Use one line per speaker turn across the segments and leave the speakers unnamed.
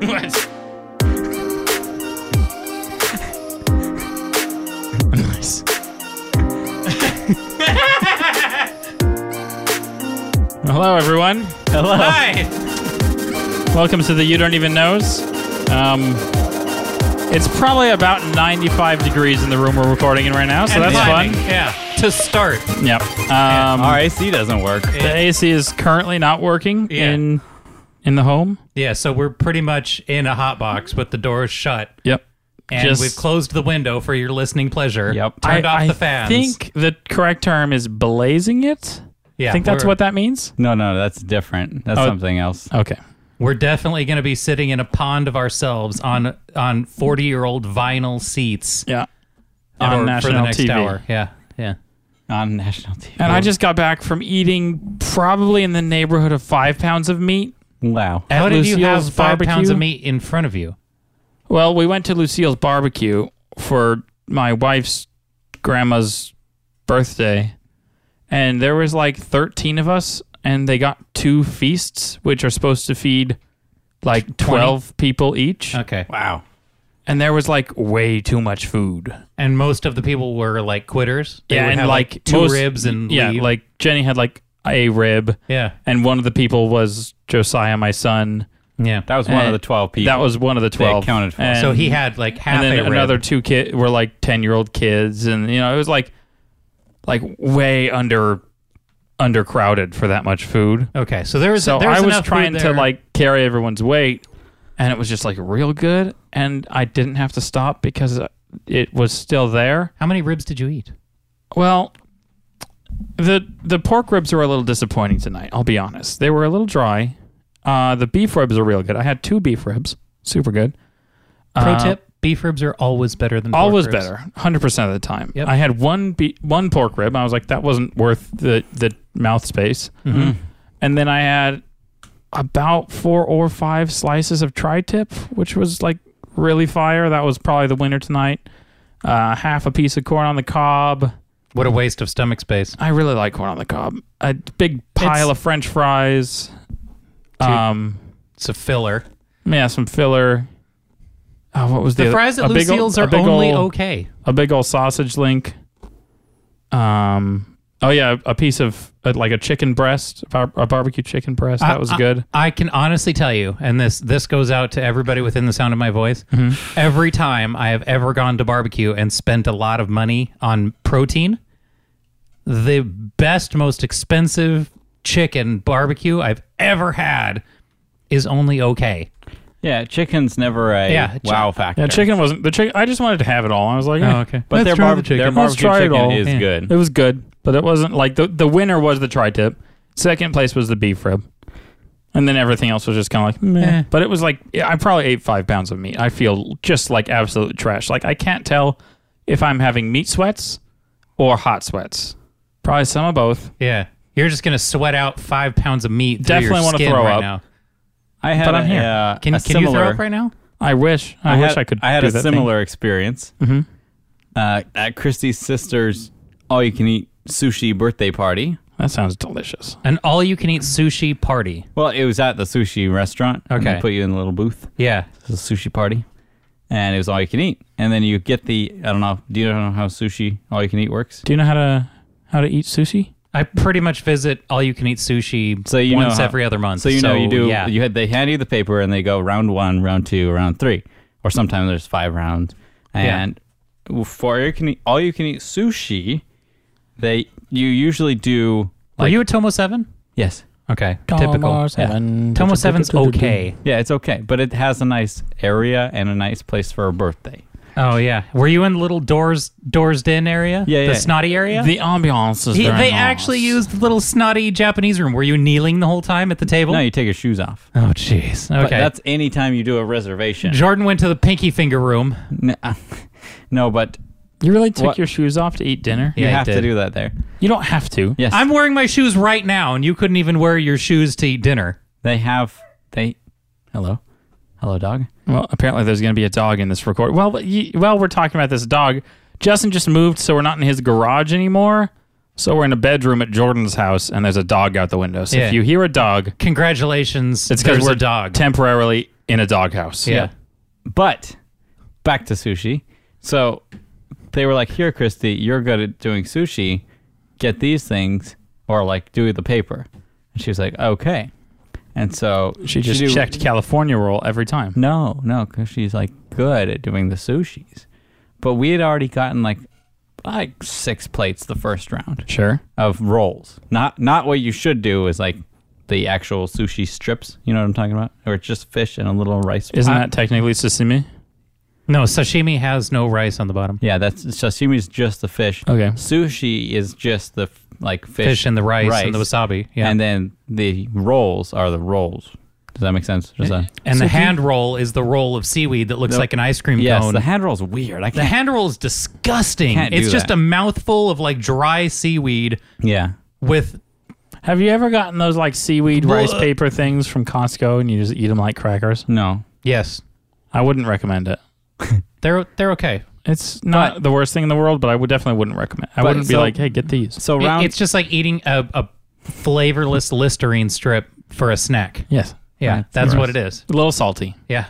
what?
nice. Hello, everyone.
Hello.
Hi.
Welcome to the You Don't Even Knows. Um, it's probably about 95 degrees in the room we're recording in right now, so
And
that's
climbing,
fun.
Yeah. To start.
Yep. Um,
Our AC doesn't work.
The AC is currently not working
Yeah.
in in the home.
Yeah. So we're pretty much in a hot box with the doors shut,
Yep.
and
Just-
we've closed the window for your listening pleasure.
Yep.
Turned
I,
off
I
the fans.
think the correct term is blazing it.
yeah,
I think that's
we're-
what that means.
No, no, that's different. That's
Oh.
something else.
Okay.
We're definitely going to be sitting in a pond of ourselves on on forty year old vinyl seats
Yeah. On
for,
national
for the next
TV.
hour. Yeah, yeah.
On national TV.
And I just got back from eating probably in the neighborhood of five pounds of meat.
wow.
At
How did you have
Lucille's
five pounds
barbecue?
of meat in front of you?
Well, we went to Lucille's barbecue for my wife's grandma's birthday, and there was like 13 of us, and they got two feasts, which are supposed to feed like 12 people each.
Okay.
Wow.
And there was like way too much food.
And most of the people were like quitters. They
Yeah,
would
and,
have,
like,
two
most-
ribs and
Yeah,
leave.
like Jenny had like a rib,
yeah,
and one of the people was Josiah, my son.
yeah.
That was one
And
of the 12 people.
Eh, That was one of the 12.
accounted for.
And-
so he had like half
and then
a rib.
another two kid were like 10 year old kids and you know it was like like way under undercrowded for that much food
Okay, so there was
so
there was
i was
enough food
trying to
there.
like carry everyone's weight and it was just like real good and i didn't have to stop because it was still there
How many ribs did you eat?
well the the pork ribs were a little disappointing tonight i'll be honest they were a little dry uh, the beef ribs are real good i had two beef ribs super good
Pro
Uh,
tip: beef ribs are always better than pork
always
ribs.
better 100% of the time
Yep.
i had one be- one pork rib and i was like that wasn't worth the the mouth space
Mm-hmm.
and then i had about four or five slices of tri-tip which was like really fire that was probably the winner tonight uh, half a piece of corn on the cob
What a waste of stomach space.
i really like corn on the cob a big pile
It's-
of french fries um
It's a filler.
yeah some filler Oh, what was the,
The
other-
fries at
a big ol-
Lucille's
a
are
big
only
ol-
okay.
a big old sausage link. Um. Oh yeah, a piece of uh, like a chicken breast, a bar- a barbecue chicken breast. That was
I- I-
good.
I can honestly tell you, and this this goes out to everybody within the sound of my voice.
Mm-hmm.
Every time I have ever gone to barbecue and spent a lot of money on protein, the best, most expensive chicken barbecue I've ever had is only okay.
yeah, chicken's never a
Yeah, chi-
wow factor.
Yeah, chicken wasn't the chicken. I just wanted to have it all. I was like,
Oh,
eh.
But their, barb- their
Let's
barbecue
try it
chicken
all.
is
Yeah.
good.
It was good, but it wasn't like the the winner was the tri tip. Second place was the beef rib, and then everything else was just kind of like meh.
Eh.
But it was like yeah, I probably ate five pounds of meat. I feel just like absolute trash. Like I can't tell if I'm having meat sweats or hot sweats. Probably some of both.
Yeah, you're just gonna sweat out five pounds of meat. through
Definitely
your
wanna
skin
throw
right
up.
now.
I had
But I'm
a,
here.
uh,
Can,
a
can you throw
similar-
up right now?
I wish. I, wish
had,
I could.
I had
do
a
that thing. Mm-hmm.
similar experience uh, at Christie's sister's all-you-can-eat sushi birthday party.
That sounds delicious.
An all-you-can-eat sushi party.
Well, it was at the sushi restaurant.
Okay.
They put you in a little booth.
Yeah,
It was a sushi party, and it was all you can eat. And then you get the I don't know. Do you know how sushi all you can eat works?
Do you know how to how to eat sushi?
I pretty much visit all you can eat sushi
So you know
once
how-
every other month.
So you know you do.
Yeah.
You had they hand you the paper and they go round one, round two, round three, or sometimes there's five rounds. And for you can eat, all you can eat sushi, they you usually do
Are
like
you a Tomo Seven?
yes,
Okay, typical.
Seven.
Tomo Seven's okay.
yeah, it's okay, but it has a nice area and a nice place for a birthday.
Oh yeah. Were you in little doors doors den area?
Yeah, yeah.
The snotty area.
The ambiance is
He-
very
they
nice.
actually used the little snotty Japanese room. Were you kneeling the whole time at the table?
No, you take your shoes off.
oh jeez.
But
Okay.
that's any time you do a reservation.
Jordan went to the pinky finger room.
N- no, but
You really took
What-
your shoes off to eat dinner?
you
Yeah, I
have to
did.
do that there.
You don't have to.
Yes,
I'm wearing my shoes right now, and you couldn't even wear your shoes to eat dinner.
they have they. Hello, hello, dog.
Well, apparently there's going to be a dog in this record. Well, but ye well, we're talking about this dog. Justin just moved, so we're not in his garage anymore. So we're in a bedroom at Jordan's house, and there's a dog out the window. So
Yeah.
if you hear a dog,
Congratulations.
it's because
there's
we're
a dog.
temporarily in a doghouse.
yeah.
But back to sushi. So they were like, "Here, Christy, you're good at doing sushi. Get these things, or like do the paper." And she was like, "Okay." And so
she just
do-
checked California roll every time.
No, no, because she's like good at doing the sushis. But we had already gotten like like six plates the first round
Sure.
of rolls. Not not what you should do is like the actual sushi strips. You know what I'm talking about? Or it's just fish and a little rice.
Isn't that technically sashimi?
No, sashimi has no rice on the bottom.
Yeah, that's sashimi is just the fish.
Okay.
Sushi is just the f- like fish,
Fish and the rice, and the wasabi. Yeah.
and then the rolls are the rolls. Does that make sense?
Eh.
Does that-
And the hand roll is the roll of seaweed that looks like an ice cream
yes,
cone.
the hand roll's weird. I
The
can't.
hand roll is disgusting.
Can't do
it's just
that.
a mouthful of like dry seaweed
yeah,
with
Have you ever gotten those like seaweed rice
Bleh.
paper things from Costco and you just eat them like crackers?
no.
yes.
I wouldn't recommend it.
They're they're okay.
It's not the worst thing in the world, but I would definitely wouldn't recommend. I wouldn't be
so-
like, hey, get these.
So
It-
round.
it's just like eating a, a flavorless Listerine strip for a snack.
yes,
Yeah,
Right.
that's
Gross.
what it is.
a little salty.
Yeah.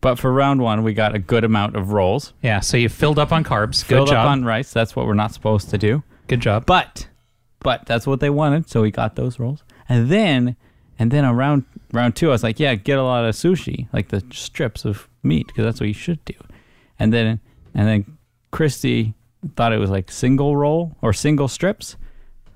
but for round one, we got a good amount of rolls.
Yeah, so you filled up on carbs. Good
Filled
job.
up on rice. That's what we're not supposed to do.
Good job.
But, but that's what they wanted, so we got those rolls. And then, and then around round two, I was like, yeah, get a lot of sushi, like the strips of meat, because that's what you should do. And then, and then Christy thought it was like single roll or single strips.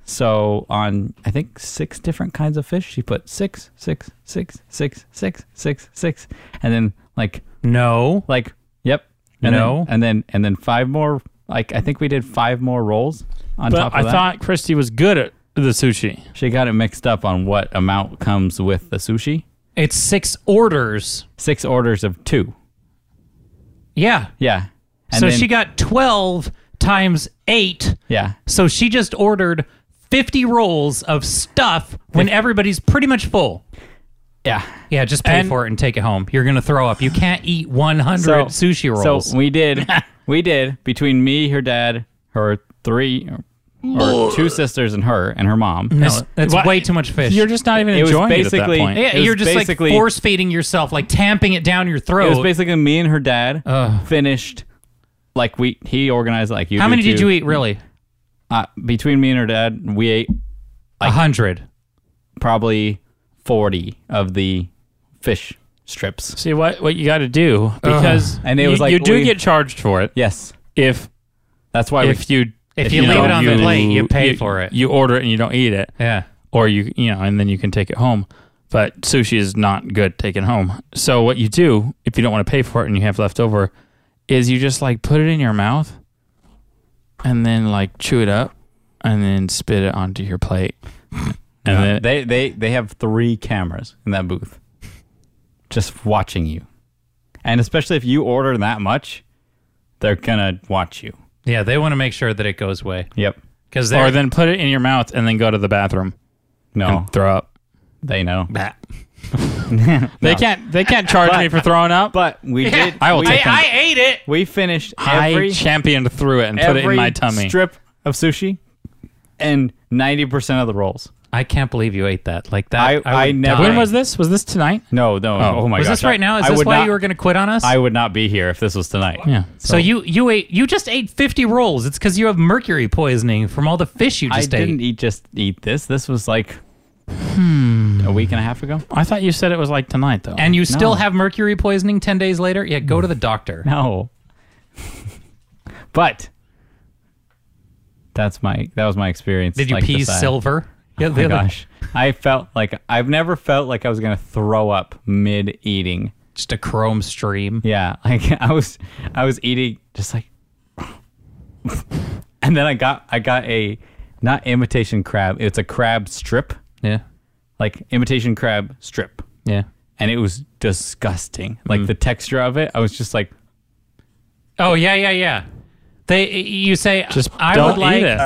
So on, I think six different kinds of fish, she put six, six, six, six, six, six, six, and then like
no.
like yep and
No.
then, and then and then five more like i think we did five more rolls on top
But
of
I
that
thought Christy was good at the sushi.
she got it mixed up on what amount comes with the sushi
It's six orders.
six orders of two
Yeah.
yeah and
so
then-
she got 12 times 8.
yeah
So she just ordered 50 rolls of stuff when everybody's pretty much full.
yeah
Yeah, just pay
And-
for it and take it home. You're going to throw up. You can't eat 100 sushi rolls.
so we did we did between me her dad her three or two sisters and her and her mom
That's- that's
Why-
way too much fish.
You're just not even
It was
enjoying it at that
basically-
point.
yeah,
it was
you're just like
basically-
force feeding yourself, like tamping it down your
it
throat.
was basically me and her dad finished like we he organized like you
How
do
many did
too.
you eat, really?
uh, between me and her dad we ate
A 100.
probably 40 of the fish strips.
See what what you got to do because
And it was
you,
like
you do
we-
get charged for it
Yes.
if
That's why we,
if you
If you leave
know,
it on the
you-
plate, you pay for it.
You order it and you don't eat it.
Yeah.
or you you know, and then you can take it home. But sushi is not good taken home. So what you do if you don't want to pay for it and you have left over, is you just like put it in your mouth, and then like chew it up, and then spit it onto your plate. And then
they, they they have three cameras in that booth just watching you. And especially if you order that much, they're going to watch you.
Yeah, they want to make sure that it goes away.
Yep.
Because
or
they're
then put it in your mouth and then go to the bathroom
No,
and throw up.
they know.
They can't they can't charge me for throwing up. But
But we did
I will
we,
take
I, I ate it.
we finished
I
every
championed through it and put it in
every
my tummy.
strip of sushi and 90% of the rolls.
I can't believe you ate that. Like that.
I-
would
I never-
die.
when was this? Was this tonight?
No, no. Oh, my
Was
gosh.
this right now? Is
I
this
would
why
not-
you were going to quit on us?
I would not be here if this was tonight.
Yeah.
so you you ate you just ate 50 rolls. It's because you have mercury poisoning from all the fish you
I
just ate.
didn't eat just eat this. This was like
Hmm.
a week and a half ago.
I thought you said it was like tonight though.
And you still have mercury poisoning 10 days later? Yeah, go to the doctor.
No, but that's my that was my experience.
Did you
like,
pee
this, uh,
silver? Yeah,
Oh my gosh, I felt like I've never felt like I was gonna throw up mid eating.
just a chrome stream.
Yeah, like I was I was eating just like, and then I got I got a not imitation crab. It's a crab strip,
Yeah.
like imitation crab strip.
Yeah.
and it was disgusting. Like
Mm.
the texture of it, I was just like,
Oh, yeah, yeah, yeah. They you say
Just
I
don't
would like
eat it.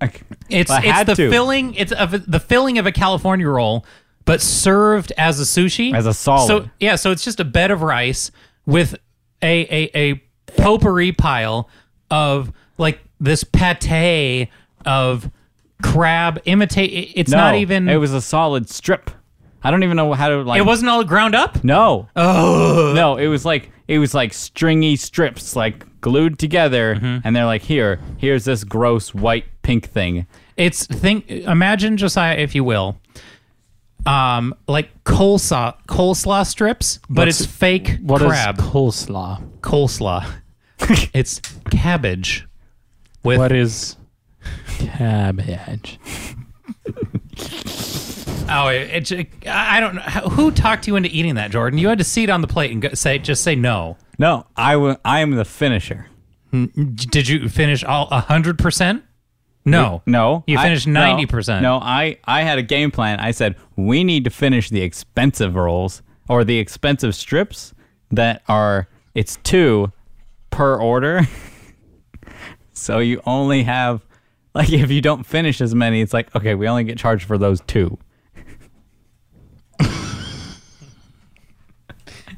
like
It's
I
it's
had
the
to.
filling. It's of the filling of a California roll, but served as a sushi,
As a solid.
So yeah, so it's just a bed of rice with a a, a potpourri pile of like this pate of crab imitate. It's not even.
It
It,
was a solid strip. I don't even know how to like.
wasn't all ground up.
No. No, it was like it was like stringy strips like glued together
Mm-hmm.
and they're like here, here's this gross white pink thing.
It's think. Imagine Josiah, if you will, um, like coleslaw coleslaw strips, but
What's-
it's fake
What is
crab
coleslaw?
coleslaw. it's cabbage with
What is cabbage?
Oh, it, it, I I don't know. Who talked you into eating that, Jordan? You had to see it on the plate and go, say, just say no.
No, I wa- I am the finisher.
D- Did you finish all 100%? No.
No.
You
I-
finished
no,
90%.
No, I I had a game plan. I said we need to finish the expensive rolls or the expensive strips that are it's two per order. so you only have like if you don't finish as many, it's like okay, we only get charged for those two.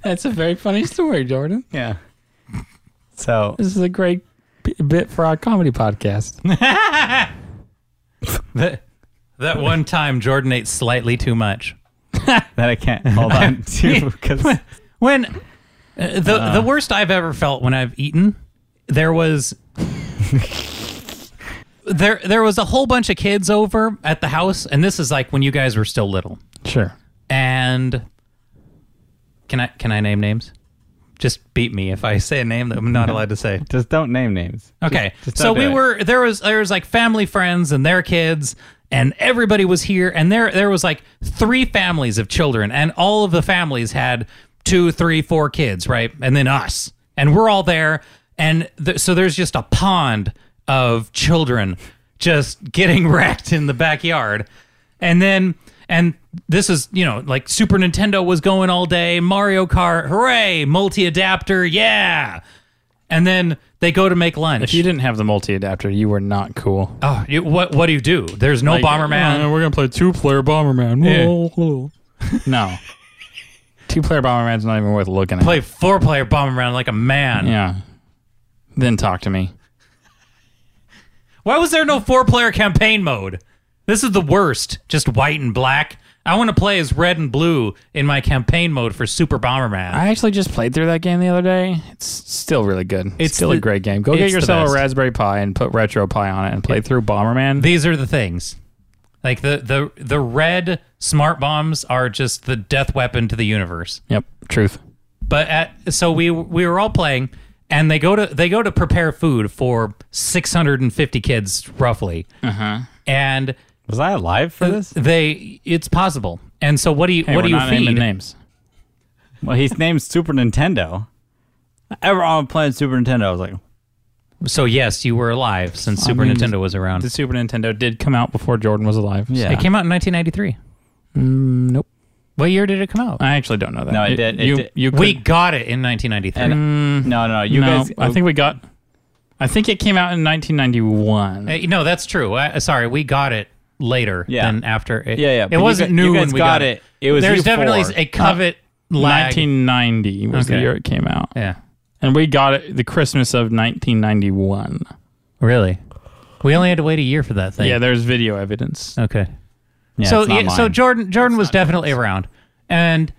That's a very funny story, Jordan.
Yeah. So
This is a great b- bit for our comedy podcast.
That, that one time Jordan ate slightly too much.
that I can't hold on to because
When uh, the the worst I've ever felt when I've eaten, there was there there was a whole bunch of kids over at the house and this is like when you guys were still little.
Sure.
and can I can I name names? Just beat me if I say a name that I'm not allowed to say.
just don't name names.
Okay,
just
so
don't do
we
it.
were there was there was like family friends and their kids and everybody was here and there there was like three families of children and all of the families had two three four kids right and then us and we're all there and th- so there's just a pond of children just getting wrecked in the backyard and then and this is you know like Super Nintendo was going all day Mario Kart hooray multi adapter yeah. And then they go to make lunch.
If you didn't have the multi adapter, you were not cool.
Oh, you, what what do you do? There's no Bomberman.
we're gonna play two player Bomberman. no. Two player Bomberman's not even worth looking at.
Play four player Bomberman like a man.
Yeah. Then talk to me.
Why was there no four player campaign mode? This is the worst. Just white and black. I want to play as red and blue in my campaign mode for Super Bomberman.
I actually just played through that game the other day. It's still really good. It's,
It's
still a
the-
great game. Go
it's
get
the
yourself a
best.
Raspberry Pi and put Retro Pi on it and play through Bomberman.
These are the things. Like the the the red smart bombs are just the death weapon to the universe.
yep. Truth.
But at, so we we were all playing, and they go to they go to prepare food for 650 kids roughly.
Uh-huh.
And
Was I alive for this?
They, it's possible. And so, what do you,
Hey,
what
we're
do you
not naming
feed?
names.
Well, he's named Super Nintendo. Everyone playing Super Nintendo. I was like,
So yes, you were alive since Super
mean,
Nintendo was around.
The Super Nintendo did come out before Jordan was alive. so-
It came out in 1993.
Mm, Nope.
What year did it come
Uh,
out?
I actually don't know that.
No, it
You-
did- it
You,
did.
you could,
we got it in 1993.
and no, no, you
no,
guys.
I think we got. I think it came out in 1991.
Uh, no, that's true. I, sorry, we got it later
Yeah.
than after. It,
Yeah, yeah, but
It
you
wasn't
guys-
new
you
when
guys
we
got
got it.
it. It was Uh,
There's
you
definitely
four.
a covet lag.
1990 was the
Okay.
year it came out,
yeah,
and we got it the Christmas of 1991.
really. We only had to wait a year for that thing.
Yeah, there's video evidence.
Okay.
Yeah,
so
it's not
yeah, so
mine.
Jordan Jordan was definitely around, and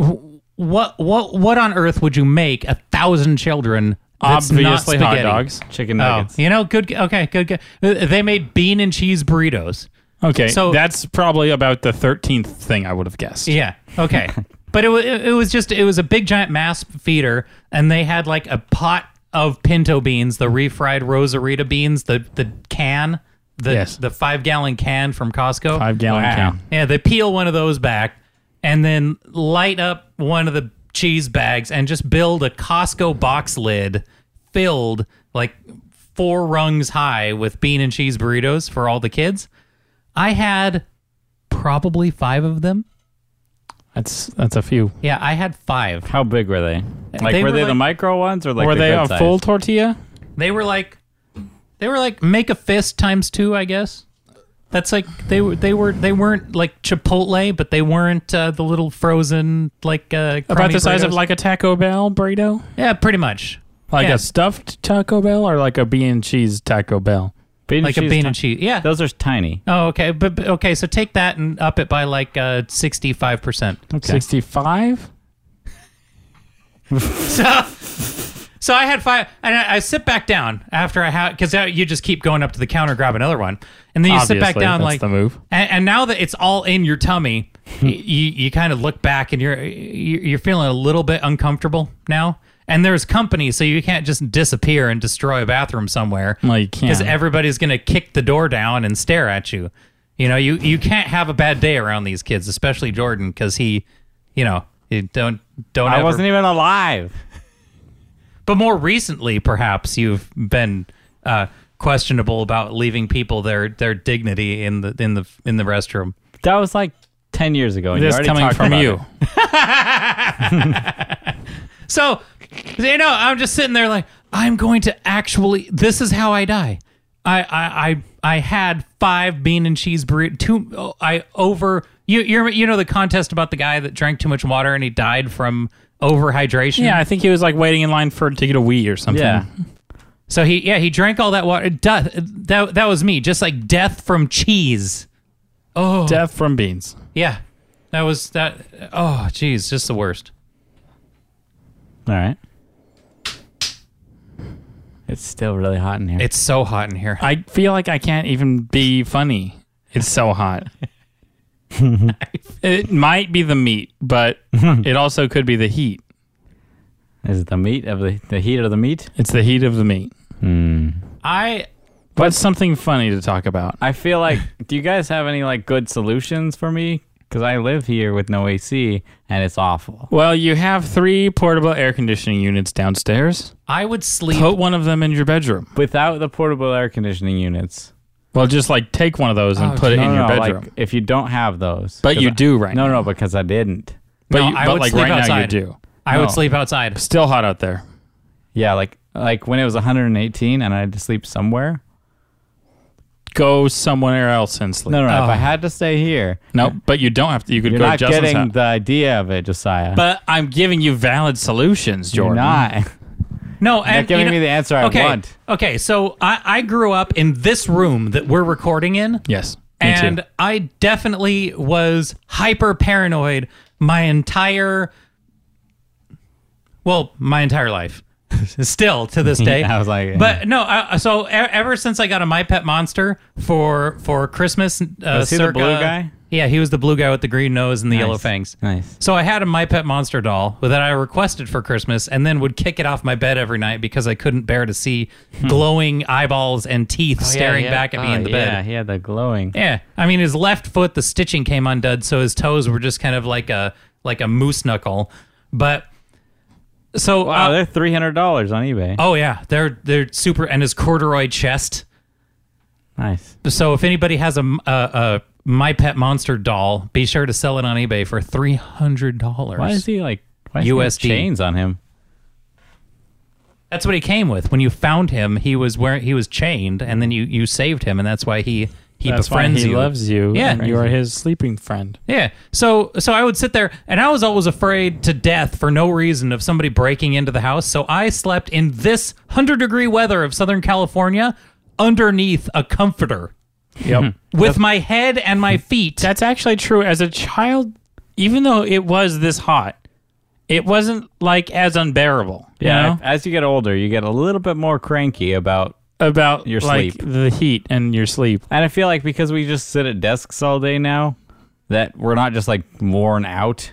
wh- what what what on earth would you make a thousand children? That's not
Obviously, hot
spaghetti?
dogs.
chicken
Oh,
nuggets.
you know, good. Okay, good. good. Uh, They made bean and cheese burritos.
Okay,
So-
so that's probably about the 13th thing I would have guessed.
Yeah. Okay. but it, wa- it it was just it was a big giant mass feeder, and they had like a pot of pinto beans, the refried rosarita beans, the the can, the
Yes.
the five gallon can from Costco,
Five gallon can.
Yeah, they peel one of those back, and then light up one of the cheese bags, and just build a Costco box lid filled like four rungs high with bean and cheese burritos for all the kids. I had probably five of them.
That's that's a few.
Yeah, I had five.
How big were they? Like,
They
were,
were
they the
like-
micro ones or like
Were
the
they
good
a
size?
full tortilla?
They were like, they were like make a fist times two, I guess. That's like they were they were they weren't like Chipotle, but they weren't uh, the little frozen like uh,
About
crummy
the size of
burritos.
like a Taco Bell burrito?
yeah, pretty much.
Like
Yeah.
a stuffed Taco Bell or like a bean and cheese Taco Bell?
Bean
like a
cheese
bean
ti-
and cheese. Yeah.
Those are tiny.
Oh, okay. But, but- okay, so take that and up it by like uh, 65%.
65?
So, so I had five, and I, I sit back down after I have because you just keep going up to the counter, grab another one, and then you sit back
Obviously,
down
that's
like
the move.
And, and now that it's all in your tummy,
Hmm.
y- you you kind of look back and you're you- you're feeling a little bit uncomfortable now. And there's company, so you can't just disappear and destroy a bathroom somewhere
Well, you can't.
because everybody's gonna kick the door down and stare at you. You know, you you can't have a bad day around these kids, especially Jordan, because he, you know, he don't don't.
I
ever-
wasn't e- even alive.
but more recently, perhaps you've been uh, questionable about leaving people their their dignity in the in the in the restroom.
That was like ten years ago. And you
this
already
coming
talked
from
about
you.
it.
So, you know, I'm just sitting there like I'm going to actually. This is how I die. I I I, I had five bean and cheese burrito. Two. oh, I over. You you you know the contest about the guy that drank too much water and he died from overhydration.
Yeah, I think he was like waiting in line for to get a Wii or something.
Yeah.
So he yeah he drank all that water. Death. That that was me. Just like death from cheese. Oh
Death from beans.
yeah. That was that. Oh geez, just the worst.
All right. It's still really hot in here.
It's so hot in here.
I feel like I can't even be funny. It's so hot. it might be the meat, but it also could be the heat.
Is it the meat of the the heat of the meat?
It's the heat of the meat.
I
What's something funny to talk about?
I feel like. do you guys have any like good solutions for me? Because I live here with no AC and it's awful.
Well, you have three portable air conditioning units downstairs.
I would sleep.
Put one of them in your bedroom.
Without the portable air conditioning units.
Well, just like take one of those and
Oh,
put it
No,
in
no,
your
no,
bedroom.
Like, if you don't have those,
but
'cause
you
I-
do right
No,
now.
no, because I didn't.
But,
No,
you,
I
but
would
like
sleep
right now you
outside.
do.
I
No.
would sleep outside.
Still hot out there.
Yeah, like like when it was 118 and I had to sleep somewhere.
Go somewhere else and sleep.
No, no, no, if
Oh.
I had to stay here,
No, but you don't have to. You could
you're
go
not
to Justin's
getting
house.
the idea of it, Josiah.
But I'm giving you valid solutions,
you're
Jordan.
not.
No, and,
giving
you know-
me the answer I
okay,
want.
Okay, so I, I grew up in this room that we're recording in,
Yes. Me
and
too.
I definitely was hyper paranoid my entire, well, my entire life, still to this day.
I was like,
but no, I, so e- ever since I got a My Pet Monster for for Christmas, uh,
Was he the
circa-
blue guy?
Yeah, he was the blue guy with the green nose and the yellow
Nice.
fangs.
Nice.
So I had a My Pet Monster doll that I requested for Christmas and then would kick it off my bed every night because I couldn't bear to see glowing eyeballs and teeth staring back at me in the
Hmm. Oh, Yeah,
bed.
he had the glowing.
Yeah. I mean his left foot the stitching came undone so his toes were just kind of like a like a moose knuckle. But so uh,
Wow, they're three hundred dollars on eBay.
oh yeah, they're they're super and his corduroy chest
Nice.
So if anybody has a, a, a My Pet Monster doll, be sure to sell it on eBay for three hundred
Why is
dollars.
he like? Why does
USD.
he have chains on him?
That's what he came with. When you found him, he was wearing he was chained, and then you you saved him, and that's why he he
That's why
befriends
he
you.
loves you.
Yeah.
and you are his sleeping friend.
Yeah. So so I would sit there and I was always afraid to death for no reason of somebody breaking into the house. So I slept in this 100 degree weather of Southern California underneath a comforter
Yep.
with my head and my feet.
That's actually true. As a child, even though it was this hot, it wasn't like as unbearable. Yeah.
Yeah. As you get older, you get a little bit more cranky about.
About
Your
like
sleep.
the heat and your sleep.
And I feel like because we just sit at desks all day now, that we're not just like worn out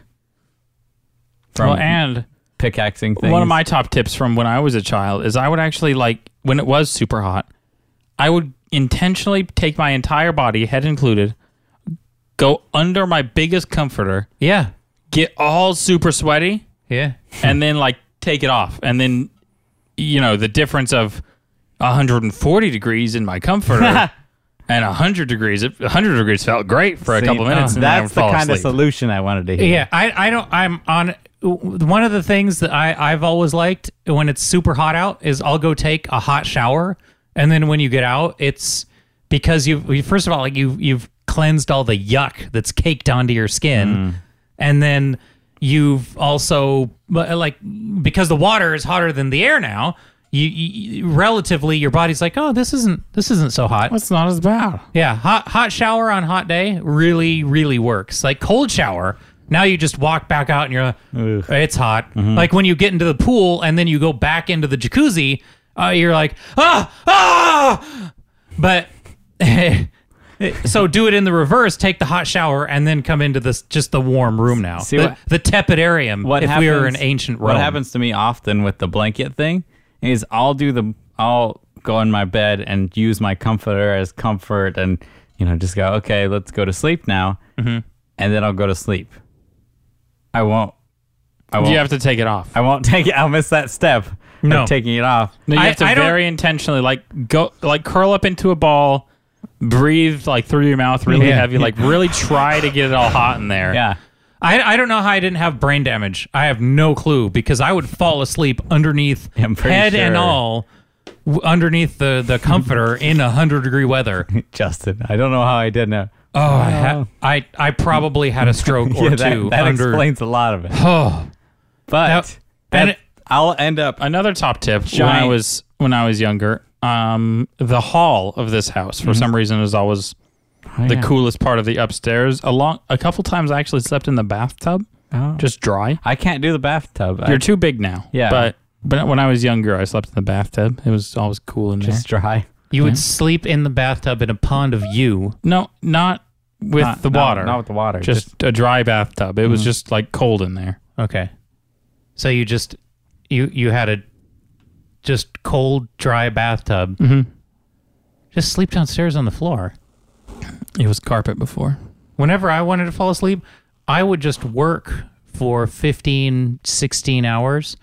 from
well, and
pickaxing things.
One of my top tips from when I was a child is I would actually like when it was super hot, I would intentionally take my entire body, head included, go under my biggest comforter,
yeah.
get all super sweaty,
Yeah.
and then like take it off. And then you know, the difference of 140 degrees in my comforter and 100 degrees, 100 degrees felt great for a
See, uh,
couple minutes. and then I would
that's the
fall
kind of
asleep.
solution I wanted to hear.
Yeah, I, I don't. I'm on. One of the things that I, I've always liked when it's super hot out is I'll go take a hot shower, and then when you get out, it's because you've you, first of all like you you've cleansed all the yuck that's caked onto your skin, and then you've also but, uh, like because the water is hotter than the air now. You, you relatively your body's like, oh, this isn't this isn't so hot.
That's not as bad.
Yeah, hot hot shower on hot day really really works. Like cold shower, now you just walk back out and you're like, it's hot.
Mm-hmm.
Like when you get into the pool and then you go back into the jacuzzi, uh, you're like ah ah. But so do it in the reverse. Take the hot shower and then come into this just the warm room now.
See
the,
what-
the tepidarium.
What
if
happens,
we were in ancient Rome?
What happens to me often with the blanket thing is I'll do the I'll go in my bed and use my comforter as comfort and you know just go okay let's go to sleep now and then I'll go to sleep. I won't. I won't.
You have to take it off.
I won't take it. I'll miss that step.
No.
of taking it off.
No, you
I-
have to
I don't-
very intentionally like go like curl up into a ball, breathe like through your mouth really
Yeah.
heavy, like really try to get it all hot in there.
Yeah.
I, I don't know how I didn't have brain damage. I have no clue because I would fall asleep underneath
I'm pretty
head and
sure.
all w- underneath the, the comforter in 100 degree weather.
Justin, I don't know how I did now.
Oh, I, ha- I I probably had a stroke or
yeah, that,
two
that
under.
explains a lot of it.
oh,
But
That-
that-
and it-
I'll end up.
Another top tip when I
Giant-
was when I was younger, um, the hall of this house for some reason is always the
Mm-hmm. Oh, yeah.
coolest part of the upstairs. Along a couple times I actually slept in the bathtub, just dry.
I can't do the bathtub. I
You're too big now.
Oh. Yeah.
but but when I was younger, I slept in the bathtub. It was always cool in
just
there.
dry.
you would sleep in the bathtub in a pond of you.
No, not with
Not-
the
not-
water.
Not, with the water.
just, Mm. a dry bathtub. It was just like cold in there.
Okay, so you just you you had a just cold dry bathtub.
Mm-hmm.
Just sleep downstairs on the floor.
It was carpet before.
whenever I wanted to fall asleep, I would just work for 15, 16 hours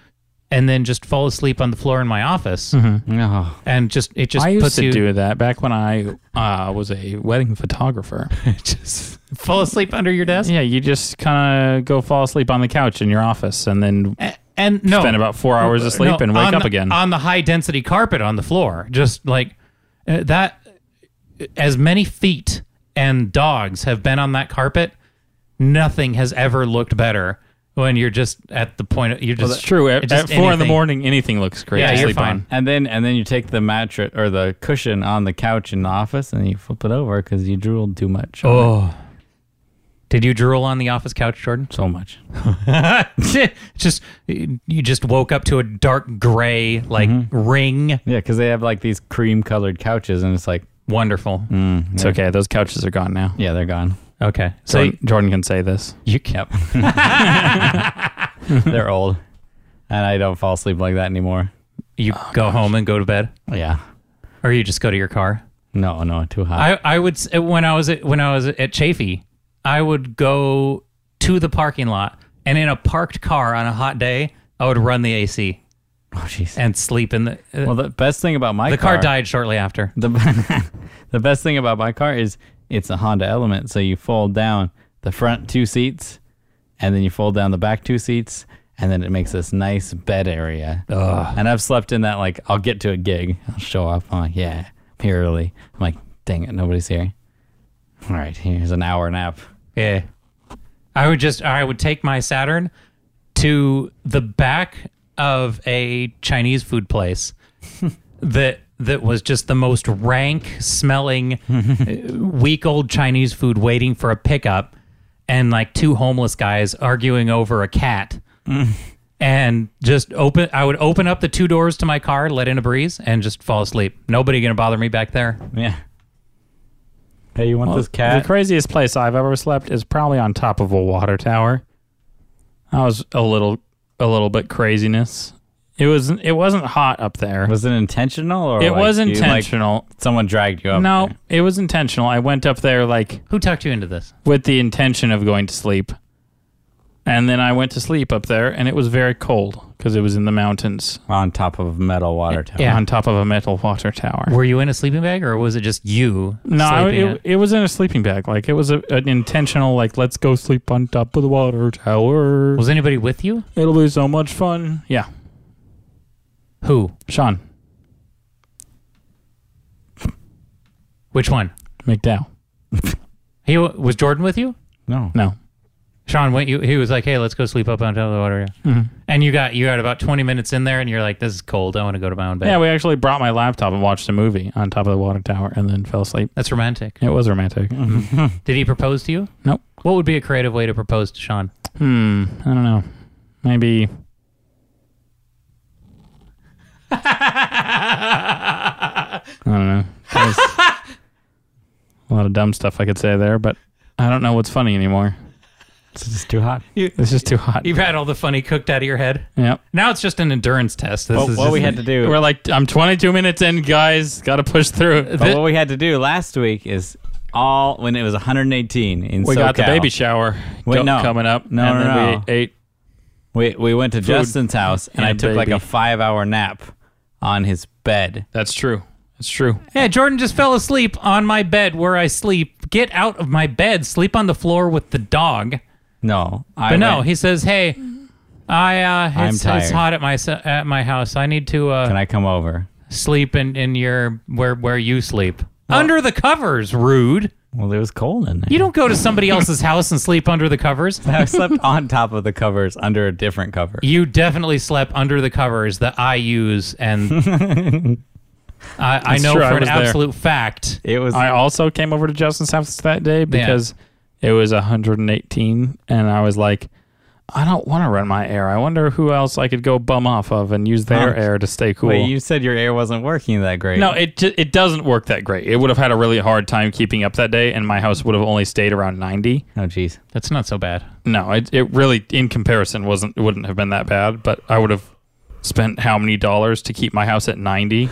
and then just fall asleep on the floor in my office.
no.
And just, it just
Mm-hmm. I used
puts
to
you
do that back when I uh, was a wedding photographer.
just fall asleep under your desk.
yeah, you just kind of go fall asleep on the couch in your office and then
A- And
Mm-hmm.
no, Uh,
spend about four hours
no,
asleep and wake
on
up
the-
again.
on the high density carpet on the floor. Just like uh, that, uh, as many feet and dogs have been on that carpet, nothing has ever looked better when you're just at the point of, you're just
it's true. At,
just
at four in the
anything.
morning, anything looks great
Yeah,
to
you're
sleep
fine.
on.
And then and then you take the mattress or the cushion on the couch in the office and you flip it over because you drooled too much. on
Oh. Did you drool on the office couch, Jordan?
it. so much.
just you just woke up to a dark gray like ring.
Yeah, because they have like these cream colored couches and it's like,
Wonderful.
It's okay. Those couches are gone now.
yeah, they're gone.
Okay. So
Jordan, Jordan can say this.
you kept
they're old, and I don't fall asleep like that anymore.
you go home and go to bed,
Yeah.
or you just go to your car.
No, no, too hot.
I I would s- when I was at, when I was at Chafee, I would go to the parking lot and in a parked car on a hot day, I would run the AC
oh, jeez.
and sleep in the uh,
Well, the best thing about my
the car died shortly after.
The, the best thing about my car is it's a Honda Element, so you fold down the front two seats, and then you fold down the back two seats, and then it makes this nice bed area. And I've slept in that like I'll get to a gig, I'll show up, I'm like, yeah, I'm here early. I'm like, dang it, nobody's here. All right, here's an hour nap.
Yeah. I would just I would take my Saturn to the back of a Chinese food place that that was just the most rank smelling week old Chinese food waiting for a pickup and like two homeless guys arguing over a cat. And just open I would open up the two doors to my car, let in a breeze and just fall asleep. Nobody going to bother me back there.
Yeah. Hey, you want this cat?
The craziest place I've ever slept is probably on top of a water tower. I was a little a little bit craziness. It was it wasn't hot up there.
was it intentional or
it
like,
was
you, like,
intentional.
someone dragged you up.
no, it was intentional. I went up there like
Who talked you into this?
with the intention of going to sleep. And then I went to sleep up there and it was very cold because it was in the mountains
on top of a metal water tower.
Yeah.
on top of a metal water tower.
Were you in a sleeping bag or was it just you?
No, I-
sleeping
it, it was in a sleeping bag. Like it was a, an intentional like let's go sleep on top of the water tower.
Was anybody with you?
It'll be so much fun. Yeah,
Who?
Sean
Which one?
McDowell.
He was Jordan with you?
No.
No,
Sean went. You, he was like, "Hey, let's go sleep up on top of the water." Yeah.
Mm-hmm.
And you got you got about twenty minutes in there, and you're like, "This is cold. I want to go to my own bed."
Yeah, we actually brought my laptop and watched a movie on top of the water tower and then fell asleep.
That's romantic.
It was romantic.
Mm-hmm.
Did he propose to you?
Nope.
What would be a creative way to propose to Sean?
Hmm. I don't know. Maybe. I don't know. There's a lot of dumb stuff I could say there, but I don't know what's funny anymore.
It's just too hot.
This is too hot.
You've had all the funny cooked out of your head.
Yep.
Now it's just an endurance test. This
Well,
is
what
just-
we had to do.
We're like, I'm 22 minutes in, guys. Got to push through.
but what we had to do last week is all when it was 118 in
we got the
SoCal,
baby shower
Wait,
go-
no.
coming up.
No,
and
no,
then
no.
we ate.
We we went to Justin's house and,
and
I took like
baby.
a five hour nap on his bed.
That's true. That's true.
Yeah, Jordan just fell asleep on my bed where I sleep. Get out of my bed. Sleep on the floor with the dog.
No, I
But no,
went-
he says, "Hey, I uh,
I'm
it's, it's
tired.
hot at my s- at my house. I need to uh,
can I come over?
sleep in in your where where you sleep under the covers. Rude.
Well, it was cold in there.
You don't go to somebody else's house and sleep under the covers.
I slept on top of the covers under a different cover.
You definitely slept under the covers that I use, and I, I know
true, I
for an
was there.
absolute fact.
It was
I also came over to Justin's house that day because it was 118, and I was like, I don't want to run my air. I wonder who else I could go bum off of and use their
Huh.
air to stay cool.
wait. You said your air wasn't working that great.
no, it ju- it doesn't work that great. It would have had a really hard time keeping up that day, and my house would have only stayed around 90.
Oh, jeez.
That's not so bad.
No, it, it really, in comparison, wasn't it wouldn't have been that bad. But I would have spent how many dollars to keep my house at 90?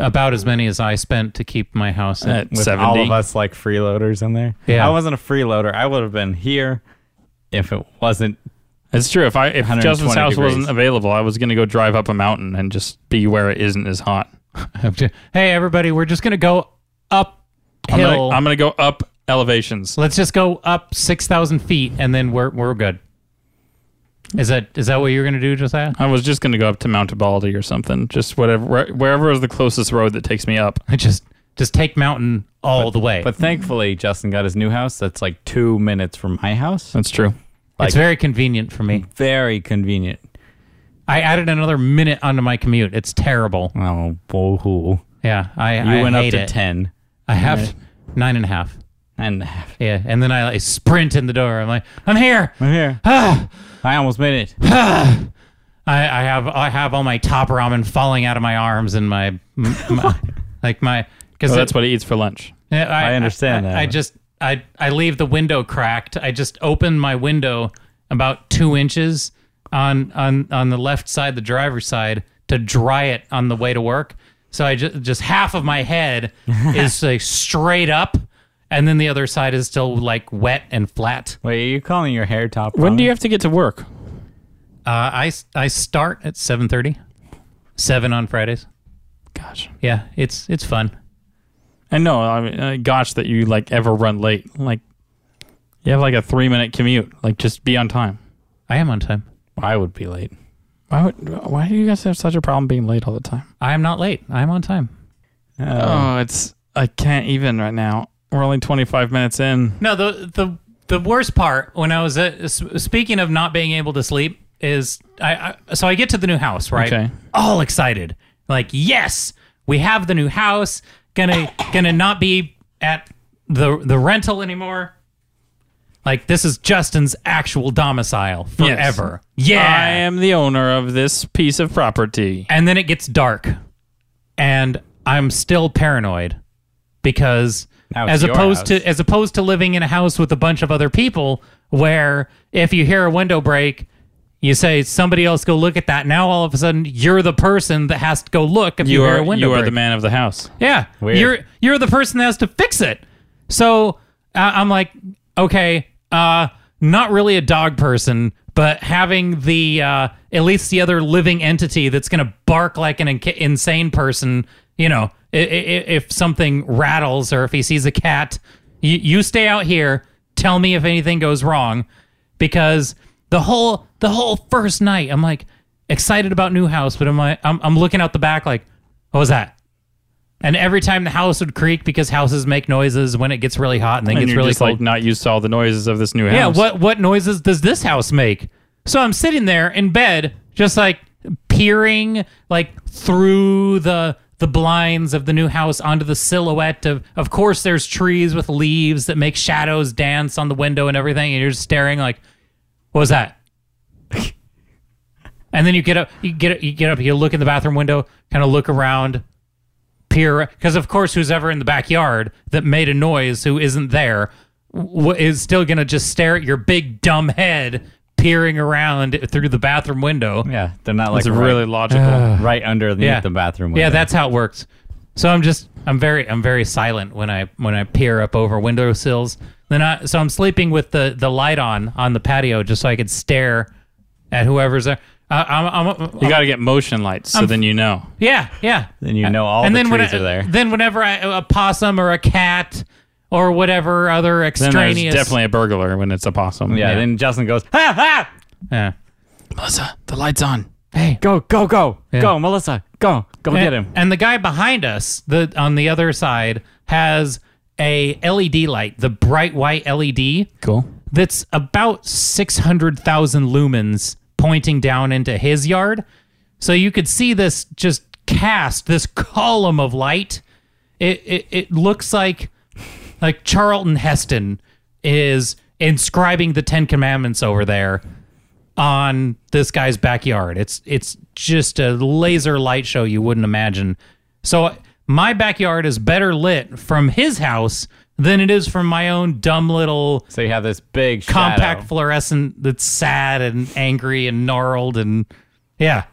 About as many as I spent to keep my house. in.
at
With
70.
all of us like freeloaders in there.
Yeah.
I wasn't a freeloader. I would have been here if it wasn't.
It's true. If I if
120
Justin's house
degrees.
wasn't available, I was gonna go drive up a mountain and just be where it isn't as hot.
hey, everybody, we're just gonna go up
I'm
hill.
gonna, I'm gonna go up elevations.
Let's just go up six thousand feet, and then we're we're good. Is that is that what you're gonna do, Josiah?
I was just gonna go up to Mount Baldy or something. Just whatever, where, wherever is the closest road that takes me up.
I just just take mountain all the way.
But thankfully, Justin got his new house. That's like two minutes from my house.
That's true.
it's very convenient for
Mm.
me.
Very convenient.
I added another minute onto my commute. It's terrible.
Oh, boohoo!
Yeah, I
You
I
went up
hate
to
it.
ten
I have nine and a half.
and
Yeah, and then I like, sprint in the door. I'm like, I'm here.
I'm here. I almost made it.
I, I have I have all my top ramen falling out of my arms and my, m- my like my because
Oh,
So that's what he eats for lunch.
I, I
understand
I,
that.
I just I I leave the window cracked. I just open my window about two inches on on on the left side, the driver's side, to dry it on the way to work. So I just just half of my head is like straight up, and then the other side is still like wet and flat.
Wait, are you calling your hair top?
When do
ramen?
you have to get to work?
Uh, I I start at seven thirty, seven on Fridays.
Gosh,
Yeah, it's it's fun.
I know. I mean, uh, gosh, that you like ever run late. Like you have like a three minute commute. Like just be on time.
I am on time.
I would be late.
Why would, why do you guys have such a problem being late all the time?
I am not late. I am on time.
Oh, it's I can't even right now. We're only 25 minutes in.
No, the the the worst part when I was at, s- speaking of not being able to sleep is I, I so I get to the new house right,
Okay.
all excited like yes we have the new house gonna gonna not be at the the rental anymore. Like this is Justin's actual domicile forever. Yeah,
I am the owner of this piece of property.
And then it gets dark, and I'm still paranoid because
Now it's
as
your
opposed
house.
to as opposed to living in a house with a bunch of other people, where if you hear a window break, you say somebody else go look at that. Now all of a sudden you're the person that has to go look if you,
You
hear
are
a window
you
break.
are the man of the house.
Yeah,
Weird.
you're you're the person that has to fix it. So uh, I'm like, okay, uh, not really a dog person, but having the uh, at least the other living entity that's gonna bark like an inca- insane person. You know, i- i- i- if something rattles or if he sees a cat, you, you stay out here. Tell me if anything goes wrong, because the whole the whole first night, I'm like excited about new house, but I'm like, I'm, I'm looking out the back like, what was that? And every time the house would creak because houses make noises when it gets really hot and then
and
gets
you're
really
just
cold.
like not used to all the noises of this new house.
yeah, what what noises does this house make? So I'm sitting there in bed, just like peering like through the the blinds of the new house onto the silhouette of of course there's trees with leaves that make shadows dance on the window and everything, and you're just staring like, What was that? and then you get up you get up you get up, you look in the bathroom window, kind of look around, peer because of course who's ever in the backyard that made a noise who isn't there w- is still gonna just stare at your big dumb head peering around through the bathroom window
Yeah, they're not like
It's
right,
really logical.
right underneath
Yeah.
the bathroom.
yeah
window.
that's how it works so i'm just i'm very i'm very silent when i when i peer up over windowsills then i so i'm sleeping with the the light on on the patio just so i could stare at whoever's there uh, I'm, I'm,
you got to get motion lights so then you know.
yeah yeah
Then you know all
and
the
then when
trees
I-
are there.
Then whenever I, a possum or a cat or whatever other
Then there's
extraneous,
definitely a burglar when it's a possum.
yeah, then Justin goes, ah, ah!
Yeah.
Melissa, the light's on.
Hey,
go, go, go,
Yeah.
go, Melissa, go, go
and,
get him.
And the guy behind us, the on the other side, has a LED light, the bright white E LED
Cool.
that's about six hundred thousand lumens pointing down into his yard. So you could see this just cast this column of light. It it, it looks like like Charlton Heston is inscribing the Ten Commandments over there on this guy's backyard. It's it's just a laser light show you wouldn't imagine. So my backyard is better lit from his house than it is from my own dumb little
So you have this big
compact
shadow.
fluorescent that's sad and angry and gnarled and yeah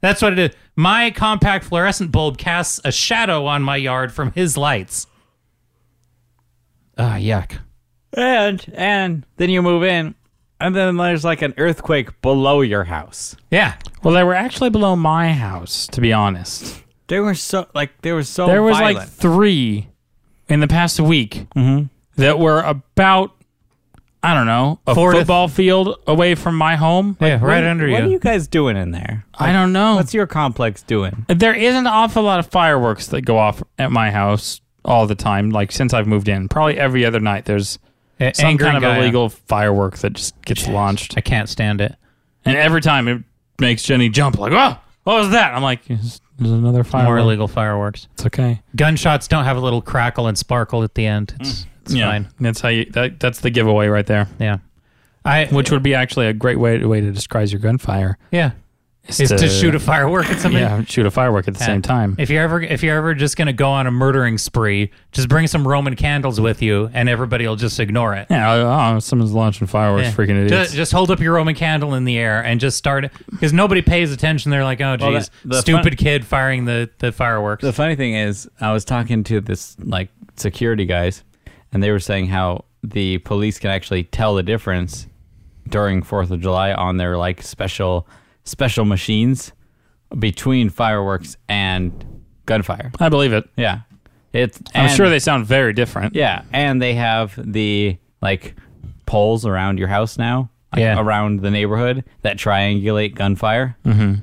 that's what it is my compact fluorescent bulb casts a shadow on my yard from his lights ah yuck
and and then you move in, and then there's like an earthquake below your house.
yeah
Well, they were actually below my house, to be
Oh,
honest.
There were so like there was so
There was
violent.
like three in the past week
Mm-hmm.
that were about, I don't know, a
Four to-
football field away from my home.
yeah right under
what are
you,
you guys doing in there?
I don't know.
What's your complex doing?
There is an awful lot of fireworks that go off at my house all the time. Like since I've moved in, probably every other night there's
A-
some
angry
kind of
guy.
illegal firework that just gets launched,
i can't stand it
and every time it makes Jenny jump. Like, oh, what was that? I'm like, there's another
more
firework.
illegal fireworks
It's okay.
Uh-huh. gunshots don't have a little crackle and sparkle at the end it's, it's
yeah,
fine
that's how you. That, that's the giveaway right there.
yeah i
Which would be actually a great way way to describe your gunfire
yeah is to, shoot a firework at somebody
yeah shoot a firework at the same
Yeah.
time.
Uh, If you're ever if you're ever just gonna go on a murdering spree, just bring some Roman candles with you, and everybody will just ignore it.
yeah, oh, someone's launching fireworks,
Yeah.
freaking idiots.
Just, just hold up your Roman candle in the air and just start because nobody pays attention. They're like, "Oh, geez,
Well, that- the
stupid
fun-
kid firing the the fireworks."
The funny thing is, I was talking to this like security guys, and they were saying how the police can actually tell the difference during Fourth of July on their like special special machines between fireworks and gunfire.
I believe it.
Yeah, it's.
I'm
and-
sure they sound very different.
Yeah, and they have the like poles around your house now, like,
Yeah.
around the neighborhood that triangulate gunfire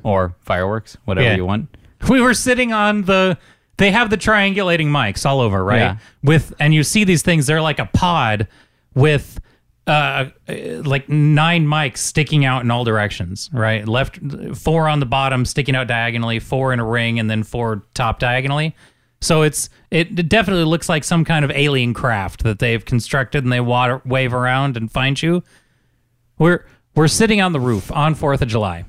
or fireworks, whatever
Yeah.
you want.
we were sitting on the they have the triangulating mics all over right
Yeah.
with and you see these things they're like a pod with uh uh, like nine mics sticking out in all directions right left four on the bottom sticking out diagonally four in a ring and then four top diagonally so it's it, it definitely looks like some kind of alien craft that they've constructed and they water, wave around and find you we're we're sitting on the roof on Fourth of July,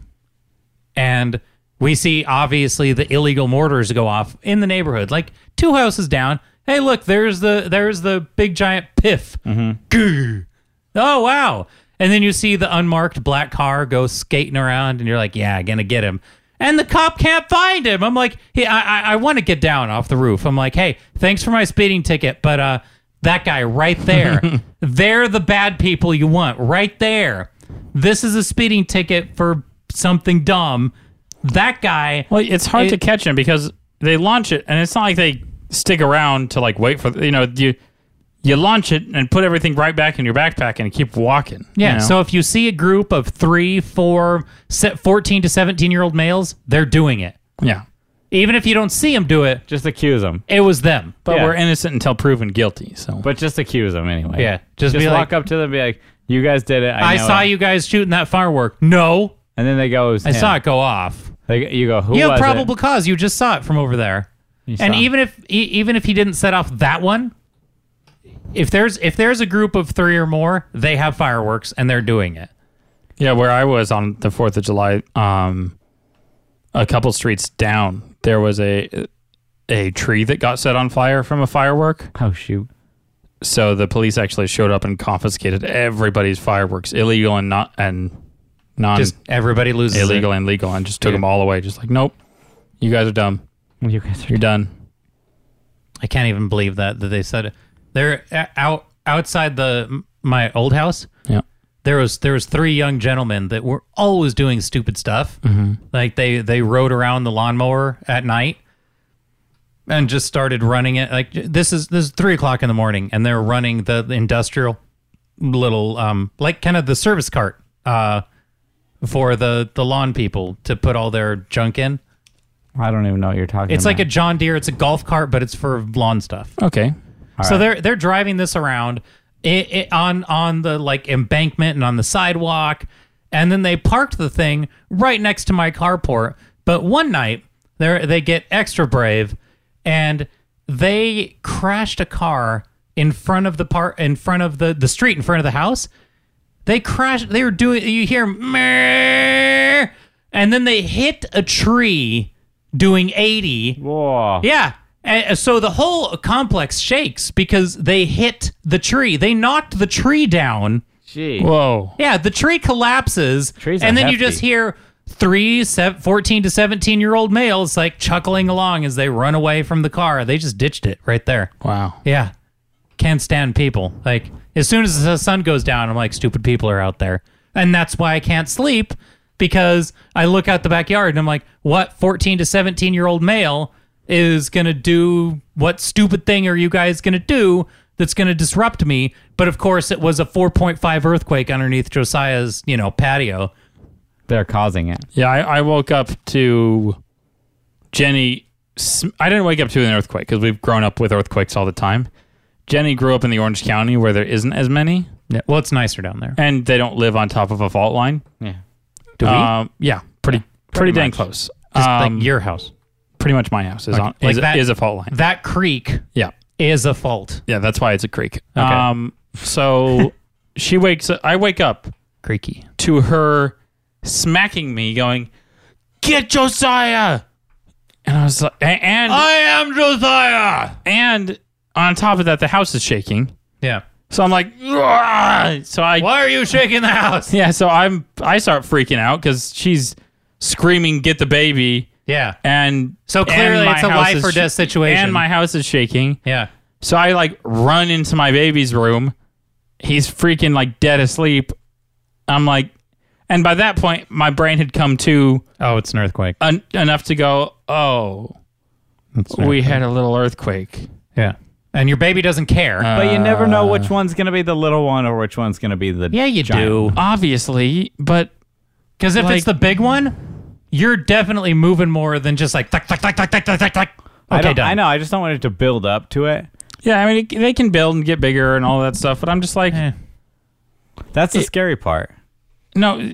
and we see obviously the illegal mortars go off in the neighborhood, like two houses down. Hey, look, there's the there's the big giant piff. Grr. Oh wow! And then you see the unmarked black car go skating around, and you're like, yeah, gonna get him. And the cop can't find him. I'm like, hey, I I, I want to get down off the roof. I'm like, hey, thanks for my speeding ticket, but uh, that guy right there, they're the bad people you want right there. This is a speeding ticket for something dumb. That guy,
Well, it's hard
It-
to catch them because they launch it, and it's not like they stick around to like wait for you know you you launch it and put everything right back in your backpack and keep walking. you
Yeah.
know?
So if you see a group of three, four, se- 14 to 17 year old males, they're doing it.
yeah,
Even if you don't see them do it,
Just accuse them.
it was them.
But
Yeah.
we're innocent until proven guilty. So
But just accuse them anyway.
Yeah, just
Just,
be
walk
like-
up to them and be like, you guys did it. I,
I
know
saw
it."
you guys shooting that firework. No,
And then they go, it was
I
him.
saw it go off.
They, you go, who
you have
was
probable cause. You just saw it from over there.
it?
And even if e- even if he didn't set off that one, if there's if there's a group of three or more, they have fireworks and they're doing it.
yeah, where I was on the Fourth of July, um, a couple streets down, there was a a tree that got set on fire from a firework.
Oh, shoot.
So the police actually showed up and confiscated everybody's fireworks, illegal and not and non
Just everybody loses it.
illegal and legal, and just took
Yeah.
them all away. Just like, nope, you guys are dumb.
You guys
You're done.
I can't even believe that that they said it. They're uh, out outside the my old house.
Yeah.
There was there was three young gentlemen that were always doing stupid stuff. Mm-hmm. Like they they rode around the lawnmower at night and just started running it. Like j- this is this is three o'clock in the morning, and they're running the, the industrial little um like kind of the service cart uh for the the lawn people to put all their junk in.
I don't even know what you're talking
It's
about.
like a John Deere. It's a golf cart, but it's for lawn stuff.
Okay.
So they're they're driving this around it, it, on on the like embankment and on the sidewalk, and then they parked the thing right next to my carport. But one night they they get extra brave, and they crashed a car in front of the part in front of the the street in front of the house. They crashed. They were doing. You hear, "Meow," and then they hit a tree, doing eighty.
Whoa.
Yeah. And so the whole complex shakes because they hit the tree. They knocked the tree down.
Gee.
Whoa.
Yeah, the tree collapses.
Trees are
and then you
hefty.
just hear three sev 14 to 17 year old males like chuckling along as they run away from the car. They just ditched it right there.
Wow.
Yeah. Can't stand people. Like, as soon as the sun goes down, I'm like, stupid people are out there. And that's why I can't sleep because I look out the backyard and I'm like, what 14 to 17 year old male is going to do? What stupid thing are you guys going to do that's going to disrupt me? But of course, it was a 4.5 earthquake underneath Josiah's, you know, patio.
They're causing it.
Yeah, I, I woke up to Jenny. sm- I didn't wake up to an earthquake because we've grown up with earthquakes all the time. Jenny grew up in the Orange County where there isn't as many,
Well, it's nicer down there.
and they don't live on top of a fault line.
Yeah.
Do we?
Um, yeah, pretty, pretty, dang
much.
close.
Just
Um,
like your house.
pretty much my house is on
like
is,
that-
is a fault line.
That creek
Yeah,
is a fault.
yeah, that's why it's a creek. Um, so she wakes. I wake up
Creaky.
to her smacking me, going, "Get Josiah!" And I was like, a- and
I am Josiah.
And on top of that, the house is shaking.
Yeah.
So I'm like, "Ugh." so I
Why are you shaking the house?
yeah, so I'm I start freaking out because she's screaming, "Get the baby!"
Yeah.
And
So clearly
and my
it's a
house
life
is
or death
sh-
situation.
and my house is shaking.
Yeah.
So I like run into my baby's room. He's freaking like dead asleep. I'm like, and by that point, my brain had come to
Oh, it's an earthquake.
en- enough to go, oh, we had a little earthquake.
Yeah. And your baby doesn't care.
Uh,
But you never know which one's going to be the little one or which one's going to be the.
yeah, you do.
Obviously, but
Because if
Like-
it's the big one, you're definitely moving more than just like thuck, thuck, thuck, thuck, thuck, thuck, thuck, thuck.
I,
Okay,
don't-
done.
I know. I just don't want it to build up to it.
Yeah, I mean, it, they can build and get bigger and all that stuff, but I'm just like,
Eh.
That's the scary part.
no,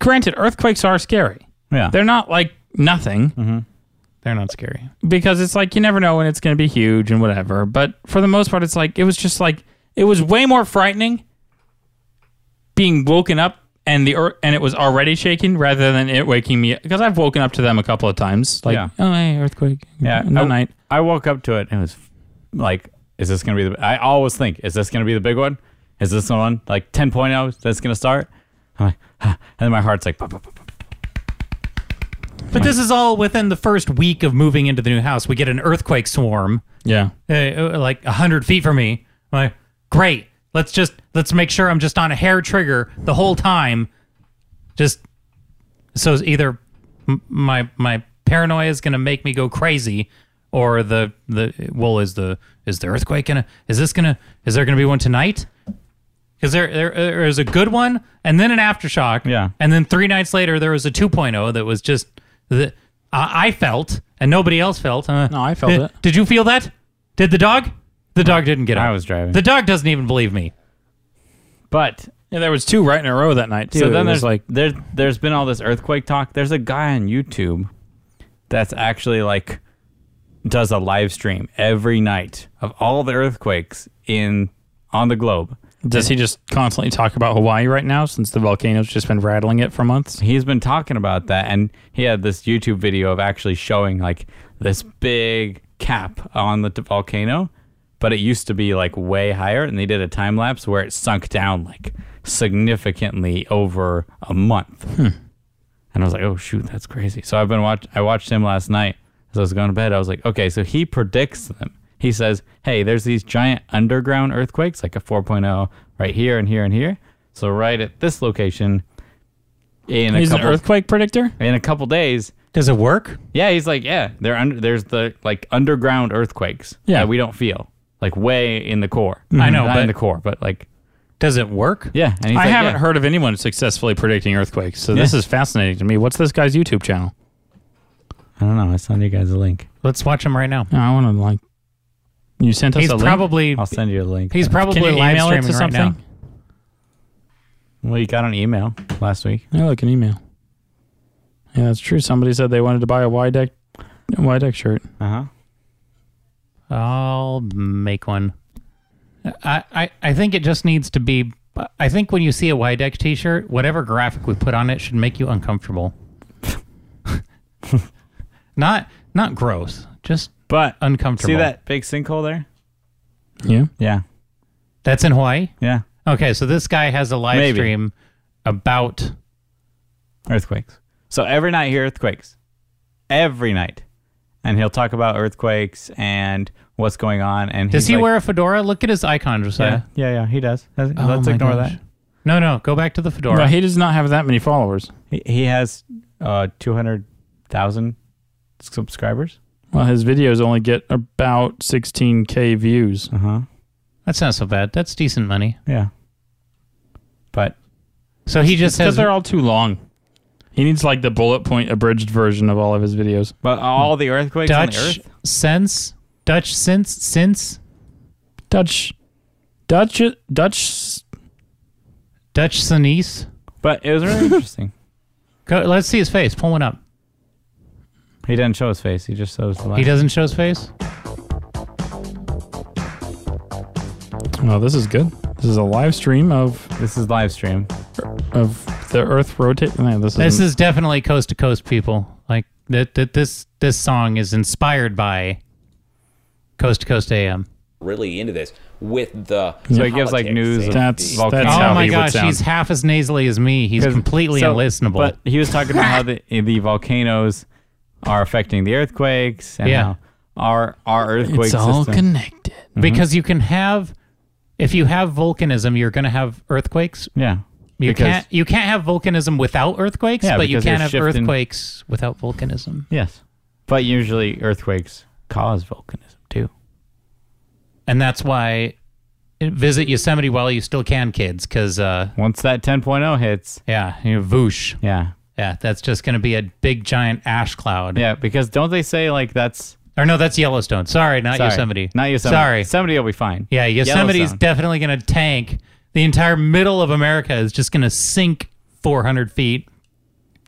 granted, earthquakes are scary.
Yeah.
They're not like nothing
They're not scary.
because it's like you never know when it's going to be huge and whatever. But for the most part, it's like, it was just like, it was way more frightening being woken up and the earth and it was already shaking rather than it waking me because I've woken up to them a couple of times. Like,
Yeah.
oh, hey, earthquake.
Yeah,
No
I,
night.
I woke up to it and it was like, is this gonna be the? I always think, is this gonna be the big one? Is this the one like 10.0 that's gonna start? I'm like, "Huh," and then my heart's like, "Pop, pop, pop, pop."
But this is all within the first week of moving into the new house. We get an earthquake swarm.
Yeah.
uh, like a hundred feet from me. I'm like, great. Let's just let's make sure I'm just on a hair trigger the whole time. Just so it's either m- my my paranoia is gonna make me go crazy, or the the well is the is the earthquake gonna is this gonna is there gonna be one tonight? Because there, there there is a good one and then an aftershock.
Yeah.
oh And then three nights later there was a 2.0 that was just the I I felt, and and nobody else felt. Uh,
No, I felt
did,
it.
Did you feel that? Did the dog? The dog didn't get up.
I was driving.
The dog doesn't even believe me.
But
Yeah, there was two right in a row that night. Too.
so then
It was
there's
like
like there there's been all this earthquake talk. There's a guy on YouTube that's actually like does a live stream every night of all the earthquakes in on the globe.
Does he just constantly talk about Hawaii right now since the volcano's just been rattling it for months?
He's been talking about that and he had this YouTube video of actually showing like this big cap on the t- volcano, but it used to be like way higher and they did a time lapse where it sunk down like significantly over a month. And I was like, "Oh shoot, that's crazy." So I've been watch. I watched him last night as I was going to bed. I was like, "Okay, so he predicts them." He says, "Hey, there's these giant underground earthquakes, like a 4.0, right here and here and here. So right at this location, in a
He's an
couple
earthquake predictor?
in a couple days,
Does it work?
yeah, he's like, yeah, they're under. There's the like underground earthquakes.
Yeah.
that we don't feel like way in the core.
I know,
not in
but-
the core, but like
Does it work?
yeah. And he's
I
like,
haven't
yeah.
heard of anyone successfully predicting earthquakes, so this
Yeah.
is fascinating to me. What's this guy's YouTube channel?
I don't know. I send you guys a link.
Let's watch him right now.
Oh, I want to like. You sent us
He's
a link.
probably
I'll send you a link.
he's probably
Can you
live
email it
streaming
to
right
something?
now.
well, you got an email last week.
Yeah, look an email. Yeah, that's true. Somebody said they wanted to buy a Y deck, Y deck shirt.
Uh huh.
I'll make one. I, I, I think it just needs to be. I think when you see a Wydeck t shirt, whatever graphic we put on it should make you uncomfortable. not not gross, just
But
uncomfortable.
see that big sinkhole there?
Yeah.
Yeah,
That's in Hawaii?
yeah.
Okay, so this guy has a live
Maybe.
stream about.
Earthquakes. So every night here, earthquakes. Every night, and he'll talk about earthquakes and what's going on. And
Does
he's
he
like-
wear a fedora? Look at his icon, Josiah.
Yeah, yeah, yeah. He does. That's-
Oh
Let's
my
ignore
gosh.
that.
No, no, go back to the fedora.
But he does not have that many followers.
He, he has uh, two hundred thousand subscribers.
Well, his videos only get about 16k views.
Uh
Uh-huh.
huh.
That's not so bad. That's decent money.
Yeah. But
So he just
Because
has.
they're all too long. He needs like the bullet point abridged version of all of his videos.
but all the earthquakes on
Hmm.
the
Dutch
earth.
sense, Dutch sense, sense,
Dutch, Dutch, Dutch.
Dutch sense.
But it was really interesting.
Go, let's see his face. Pull one up.
He didn't show his face. He just shows the
He
last.
doesn't show his face.
Hmm.
Oh, this is good. This is a live stream of
This is live stream.
of the Earth rotate. No, this,
This
isn't-
is definitely coast to coast, people. Like that. That this this song is inspired by coast to coast AM.
really into this with the
So it gives, like,
politics
news of
and
that's
the-
that's
Volcano.
how
oh my
he
gosh,
would sound.
he's half as nasally as me. He's
'Cause-
completely
so-
unlistenable.
But he was talking about how the, the volcanoes are affecting the earthquakes and
Yeah.
how our our earthquake
it's all
system- Mm-hmm.
connected.
because you can have, if you have volcanism, you're going to have earthquakes.
yeah.
You
because,
can't you can't have volcanism without earthquakes,
Yeah,
but you
because they're
can't have
shifting-
earthquakes without volcanism.
Yes. But usually earthquakes cause volcanism too.
and that's why eh, visit Yosemite while you still can, kids. Because uh,
Once that 10.0 hits,
yeah, you know, voosh.
yeah.
Yeah, that's just going to be a big giant ash cloud.
Yeah, because don't they say like that's
Or no, that's Yellowstone. Sorry, not
sorry,
Yosemite.
Not Yosemite.
Sorry.
Yosemite will be fine.
yeah, Yosemite's
Yellowstone.
definitely going to tank. The entire middle of America is just going to sink 400 feet.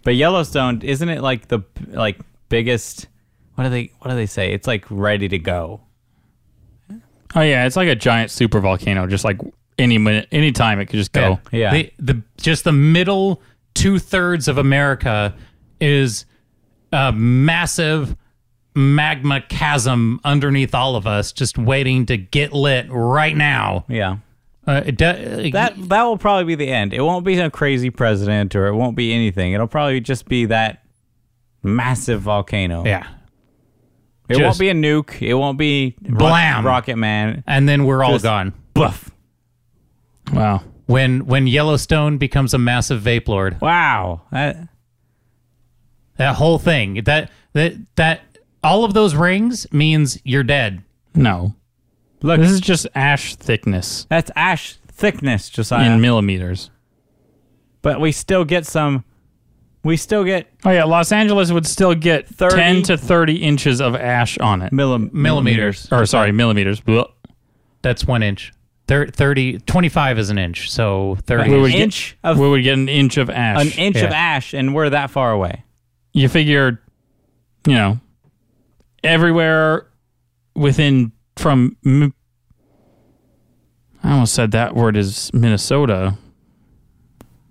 But Yellowstone, isn't it like the like biggest what do they what do they say? It's like ready to go.
Oh yeah, it's like a giant super volcano. Just like any minute, any time, it could just go.
Yeah.
The, the just the middle two thirds of America is a massive magma chasm underneath all of us, just waiting to get lit right now.
Yeah.
Uh, it de-
That that will probably be the end. It won't be a crazy president or it won't be anything. It'll probably just be that massive volcano.
yeah,
It won't
just-
be a nuke. It won't be Rock-
Blam.
Rocket Man.
and then we're all
Just-
gone.
Bluff.
Wow.
When when Yellowstone becomes a massive vape lord,
Wow. That,
that whole thing that that that all of those rings means you're dead.
No,
look,
this is just ash thickness
that's Oh, ash thickness, Josiah.
in millimeters.
but we still get some we still get
Oh yeah, Los Angeles would still get
30
ten to thirty inches of ash on it.
millim-
Millimeters.
Or sorry, millimeters. Blech.
That's one inch. Thir- 30, 25 is an inch. So 30.
We would
is-
get-
inch of
we would get an inch of
an
ash.
inch of
Yeah.
ash, and we're that far away.
you figure, you know, everywhere within from. Mi- I almost said that word is Minnesota,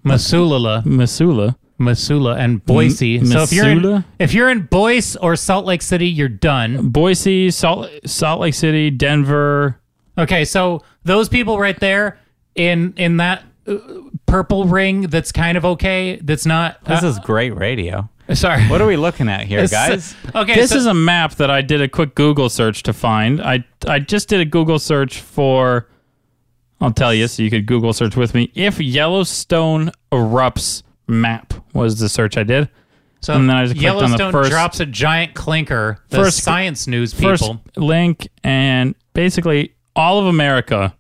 Missoula,
Missoula.
Missoula, and Boise.
M-
so if you're in,
Missoula?
if you're in Boise or Salt Lake City, you're done.
Boise, Salt Salt Lake City, Denver.
Okay, so those people right there in in that uh, purple ring that's kind of okay. That's not.
This
uh,
is great radio.
sorry.
What are we looking at here, guys?
Okay,
This
so-
is a map that I did a quick Google search to find. I I just did a Google search for I'll tell you so you could Google search with me. If Yellowstone erupts map was the search I did.
So
And then I just clicked on the
Yellowstone
first-
drops a giant clinker. The
First-
science news people.
First link and basically all of America,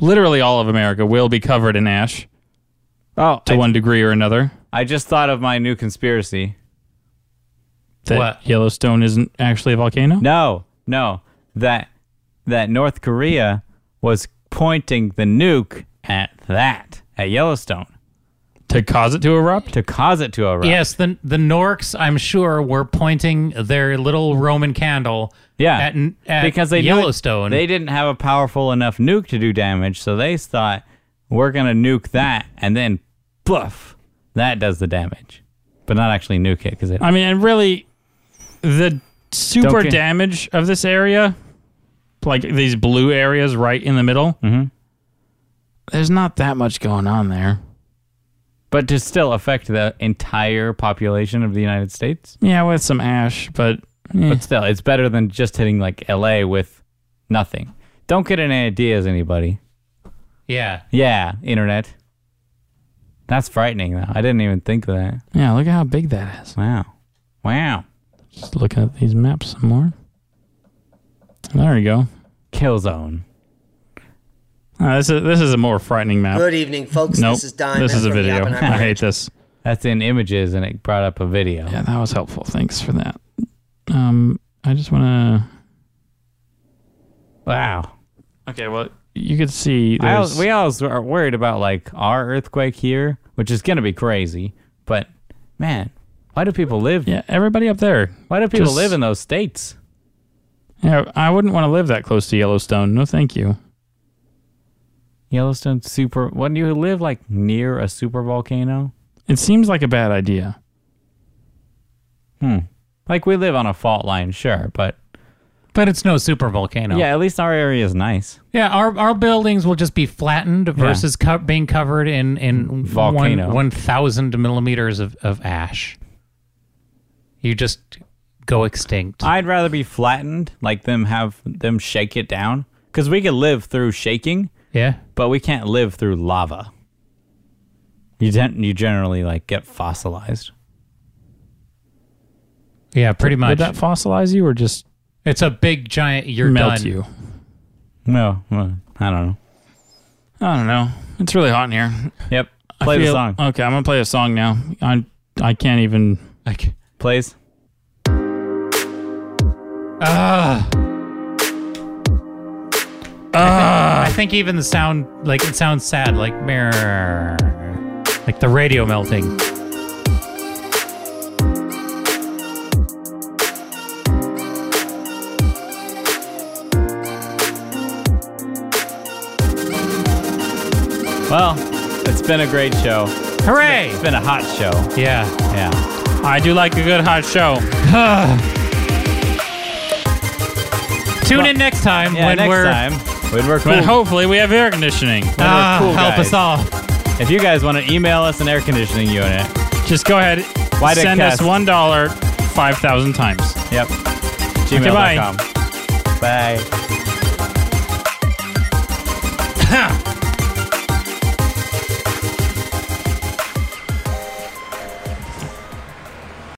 literally all of America will be covered in ash
Oh,
to
I,
one degree or another.
I just thought of my new conspiracy.
That
What?
Yellowstone isn't actually a volcano?
No, no, that that North Korea was pointing the nuke at that at Yellowstone
To cause it to erupt?
to cause it to erupt.
Yes, the the Norks, I'm sure, were pointing their little Roman candle
Yeah,
at, at
because they knew it-
Yellowstone.
they didn't have a powerful enough nuke to do damage, so they thought we're gonna nuke that, and then bluff, that does the damage, but not actually nuke it because it.
I mean, and really, the super
Don't get-
damage of this area, like these blue areas right in the middle,
Mhm.
there's not that much going on there.
but to still affect the entire population of the United States,
Yeah, with some ash, but eh.
but still, it's better than just hitting like L.A. with nothing. Don't get any ideas, anybody.
yeah,
Yeah, internet. That's frightening, though. I didn't even think of that.
yeah, look at how big that is.
Wow. Wow.
Just looking at these maps some more. There you go.
Kill zone.
Uh, this is this is a more frightening map.
Good evening, folks.
nope,
This is Diamond.
a
from the
video.
Oppenheimer
I hate this.
That's in images, and it brought up a video.
Yeah, that was helpful. Thanks for that. Um, I just want to.
Wow.
Okay, well, you could see.
I,
There's,
al- we always are worried about like our earthquake here, which is gonna be crazy. But man, why do people live?
Yeah, everybody up there.
Why do people
Just-
live in those states?
Yeah, I wouldn't want to live that close to Yellowstone. No, thank you.
Yellowstone super. Wouldn't you live like near a super volcano?
It seems like a bad idea.
Like we live on a fault line, sure, but
but it's no super volcano.
yeah, at least our area is nice.
yeah. Our our buildings will just be flattened versus co- being covered in in
Volcano.
one thousand millimeters of, of ash. You just go extinct.
I'd rather be flattened, like them have them shake it down, because we could live through shaking,
yeah.
but we can't live through lava. You gen- you generally like get fossilized.
Yeah, pretty much.
Would that fossilize you or just
it's a big giant. You're
melt
done.
you?
No, well, I don't know.
I don't know. It's really hot in here.
Yep,
I
play the
feel-
song,
Okay, I'm gonna play a song now. I I can't even.
Like,
please.
ah.
Ah!
I think even the sound, like it sounds sad, like mirror, like the radio melting.
Well, it's been a great show.
Hooray!
It's been a hot show.
Yeah.
Yeah.
I do like a good hot show.
Tune in next time
Yeah.
when
next
we're.
time when we're cool.
But hopefully we have air conditioning.
when we're
Ah,
cool
help
guys.
us all.
If you guys want to email us an air conditioning unit,
Just go ahead.
Why did
send us
cast-
one dollar five thousand times.
yep.
bye.
Gmail.com. Bye.